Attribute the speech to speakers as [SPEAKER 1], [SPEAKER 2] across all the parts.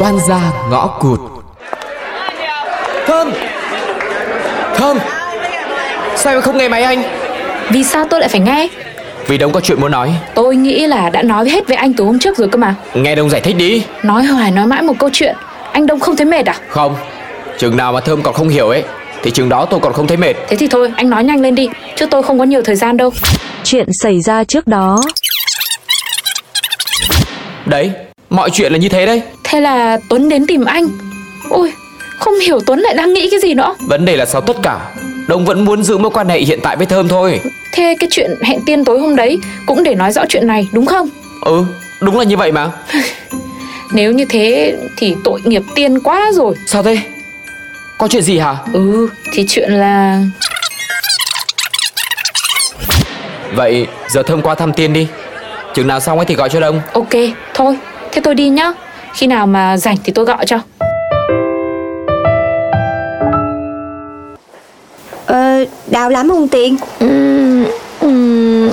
[SPEAKER 1] oan gia ngõ cụt
[SPEAKER 2] Thơm Thơm Sao em không nghe máy anh
[SPEAKER 3] Vì sao tôi lại phải nghe
[SPEAKER 2] Vì Đông có chuyện muốn nói
[SPEAKER 3] Tôi nghĩ là đã nói hết với anh từ hôm trước rồi cơ mà
[SPEAKER 2] Nghe Đông giải thích đi
[SPEAKER 3] Nói hoài nói mãi một câu chuyện Anh Đông không thấy mệt à
[SPEAKER 2] Không Chừng nào mà Thơm còn không hiểu ấy Thì chừng đó tôi còn không thấy mệt
[SPEAKER 3] Thế thì thôi anh nói nhanh lên đi Chứ tôi không có nhiều thời gian đâu
[SPEAKER 4] Chuyện xảy ra trước đó
[SPEAKER 2] Đấy Mọi chuyện là như thế đấy
[SPEAKER 3] Thế là Tuấn đến tìm anh Ôi không hiểu Tuấn lại đang nghĩ cái gì nữa
[SPEAKER 2] Vấn đề là sau tất cả Đông vẫn muốn giữ mối quan hệ hiện tại với Thơm thôi
[SPEAKER 3] Thế cái chuyện hẹn tiên tối hôm đấy Cũng để nói rõ chuyện này đúng không
[SPEAKER 2] Ừ Đúng là như vậy mà
[SPEAKER 3] Nếu như thế thì tội nghiệp tiên quá rồi
[SPEAKER 2] Sao thế Có chuyện gì hả
[SPEAKER 3] Ừ thì chuyện là
[SPEAKER 2] Vậy giờ Thơm qua thăm Tiên đi Chừng nào xong ấy thì gọi cho Đông
[SPEAKER 3] Ok thôi Thế tôi đi nhá Khi nào mà rảnh thì tôi gọi cho
[SPEAKER 5] Ờ, đau lắm không Tiên? Ừ,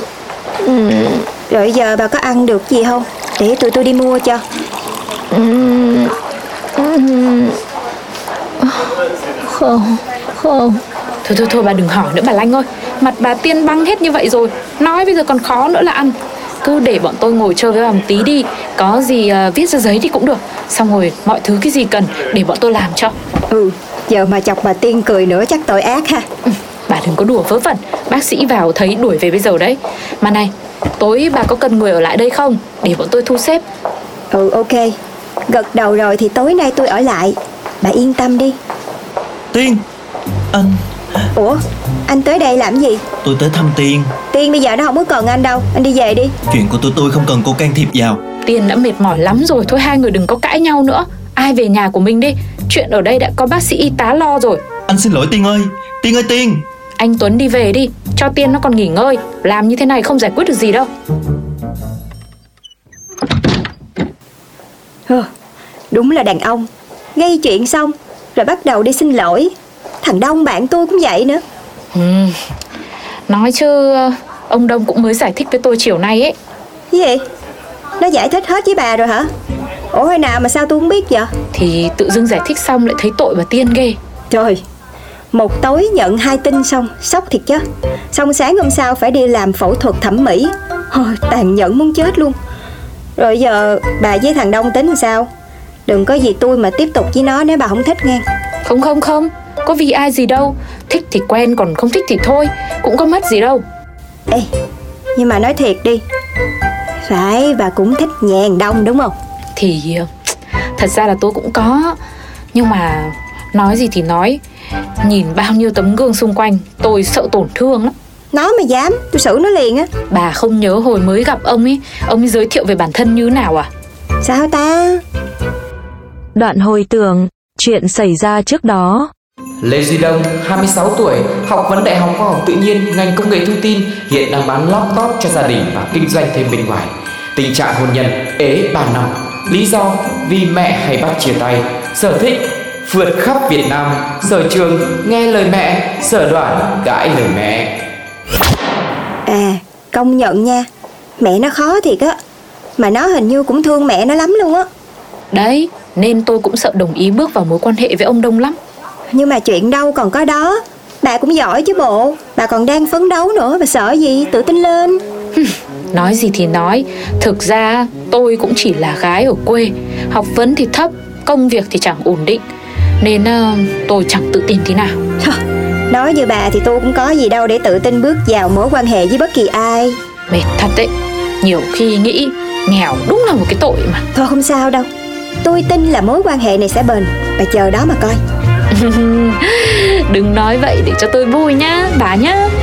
[SPEAKER 5] Rồi giờ bà có ăn được gì không? Để tụi tôi đi mua cho
[SPEAKER 3] Không Không Thôi thôi thôi bà đừng hỏi nữa bà Lanh ơi Mặt bà tiên băng hết như vậy rồi Nói bây giờ còn khó nữa là ăn Cứ để bọn tôi ngồi chơi với bà một tí đi Có gì à, viết ra giấy thì cũng được Xong rồi mọi thứ cái gì cần Để bọn tôi làm cho
[SPEAKER 5] Ừ, giờ mà chọc bà Tiên cười nữa chắc tội ác ha
[SPEAKER 3] Ừ, Bà đừng có đùa vớ vẩn Bác sĩ vào thấy đuổi về bây giờ đấy Mà này Tối bà có cần người ở lại đây không Để bọn tôi thu xếp
[SPEAKER 5] Ừ, ok Gật đầu rồi thì tối nay tôi ở lại Bà yên tâm đi
[SPEAKER 6] Tiên Anh
[SPEAKER 5] Ủa, anh tới đây làm gì?
[SPEAKER 6] Tôi tới thăm Tiên
[SPEAKER 5] Tiên bây giờ nó không có cần anh đâu Anh đi về đi
[SPEAKER 6] Chuyện của tụi tôi không cần cô can thiệp vào
[SPEAKER 3] Tiền đã mệt mỏi lắm rồi Thôi hai người đừng có cãi nhau nữa Ai về nhà của mình đi Chuyện ở đây đã có bác sĩ y tá lo rồi
[SPEAKER 6] Anh xin lỗi Tiên ơi Tiên ơi Tiên
[SPEAKER 3] Anh Tuấn đi về đi Cho Tiên nó còn nghỉ ngơi Làm như thế này không giải quyết được gì đâu
[SPEAKER 5] Hừ, Đúng là đàn ông Gây chuyện xong Rồi bắt đầu đi xin lỗi Thằng Đông bạn tôi cũng vậy nữa
[SPEAKER 3] Ừm, Nói chứ Ông Đông cũng mới giải thích với tôi chiều nay ấy
[SPEAKER 5] Cái gì? Nó giải thích hết với bà rồi hả? Ủa hồi nào mà sao tôi không biết vậy?
[SPEAKER 3] Thì tự dưng giải thích xong lại thấy tội bà Tiên ghê
[SPEAKER 5] Trời Một tối nhận hai tin xong Sốc thiệt chứ Xong sáng hôm sau phải đi làm phẫu thuật thẩm mỹ Hồi, Tàn nhẫn muốn chết luôn Rồi giờ bà với thằng Đông tính làm sao Đừng có gì tôi mà tiếp tục với nó nếu bà không thích nghe
[SPEAKER 3] Không không không Có vì ai gì đâu Thích thì quen còn không thích thì thôi Cũng có mất gì đâu
[SPEAKER 5] Ê Nhưng mà nói thiệt đi Phải bà cũng thích nhàn Đông đúng không
[SPEAKER 3] Thì thật ra là tôi cũng có Nhưng mà nói gì thì nói Nhìn bao nhiêu tấm gương xung quanh Tôi sợ tổn thương lắm
[SPEAKER 5] Nó mà dám tôi xử nó liền á
[SPEAKER 3] Bà không nhớ hồi mới gặp ông ấy Ông ấy giới thiệu về bản thân như thế nào à
[SPEAKER 5] Sao ta
[SPEAKER 4] Đoạn hồi tưởng Chuyện xảy ra trước đó
[SPEAKER 2] Lê Duy Đông, 26 tuổi, học vấn đại học khoa học tự nhiên, ngành công nghệ thông tin, hiện đang bán laptop cho gia đình và kinh doanh thêm bên ngoài. Tình trạng hôn nhân ế 3 năm. Lý do vì mẹ hay bắt chia tay, sở thích vượt khắp Việt Nam, sở trường nghe lời mẹ, sở đoản cãi lời mẹ.
[SPEAKER 5] À công nhận nha Mẹ nó khó thiệt á Mà nó hình như cũng thương mẹ nó lắm luôn á
[SPEAKER 3] Đấy nên tôi cũng sợ đồng ý bước vào mối quan hệ với ông Đông lắm
[SPEAKER 5] Nhưng mà chuyện đâu còn có đó Bà cũng giỏi chứ bộ Bà còn đang phấn đấu nữa Bà sợ gì tự tin lên
[SPEAKER 3] Nói gì thì nói Thực ra tôi cũng chỉ là gái ở quê Học vấn thì thấp Công việc thì chẳng ổn định Nên ờ, tôi chẳng tự tin thế nào
[SPEAKER 5] Hơ, Nói như bà thì tôi cũng có gì đâu Để tự tin bước vào mối quan hệ với bất kỳ ai
[SPEAKER 3] Mệt thật đấy Nhiều khi nghĩ nghèo đúng là một cái tội mà
[SPEAKER 5] Thôi không sao đâu Tôi tin là mối quan hệ này sẽ bền Bà chờ đó mà coi
[SPEAKER 3] Đừng nói vậy để cho tôi vui nhá Bà nhá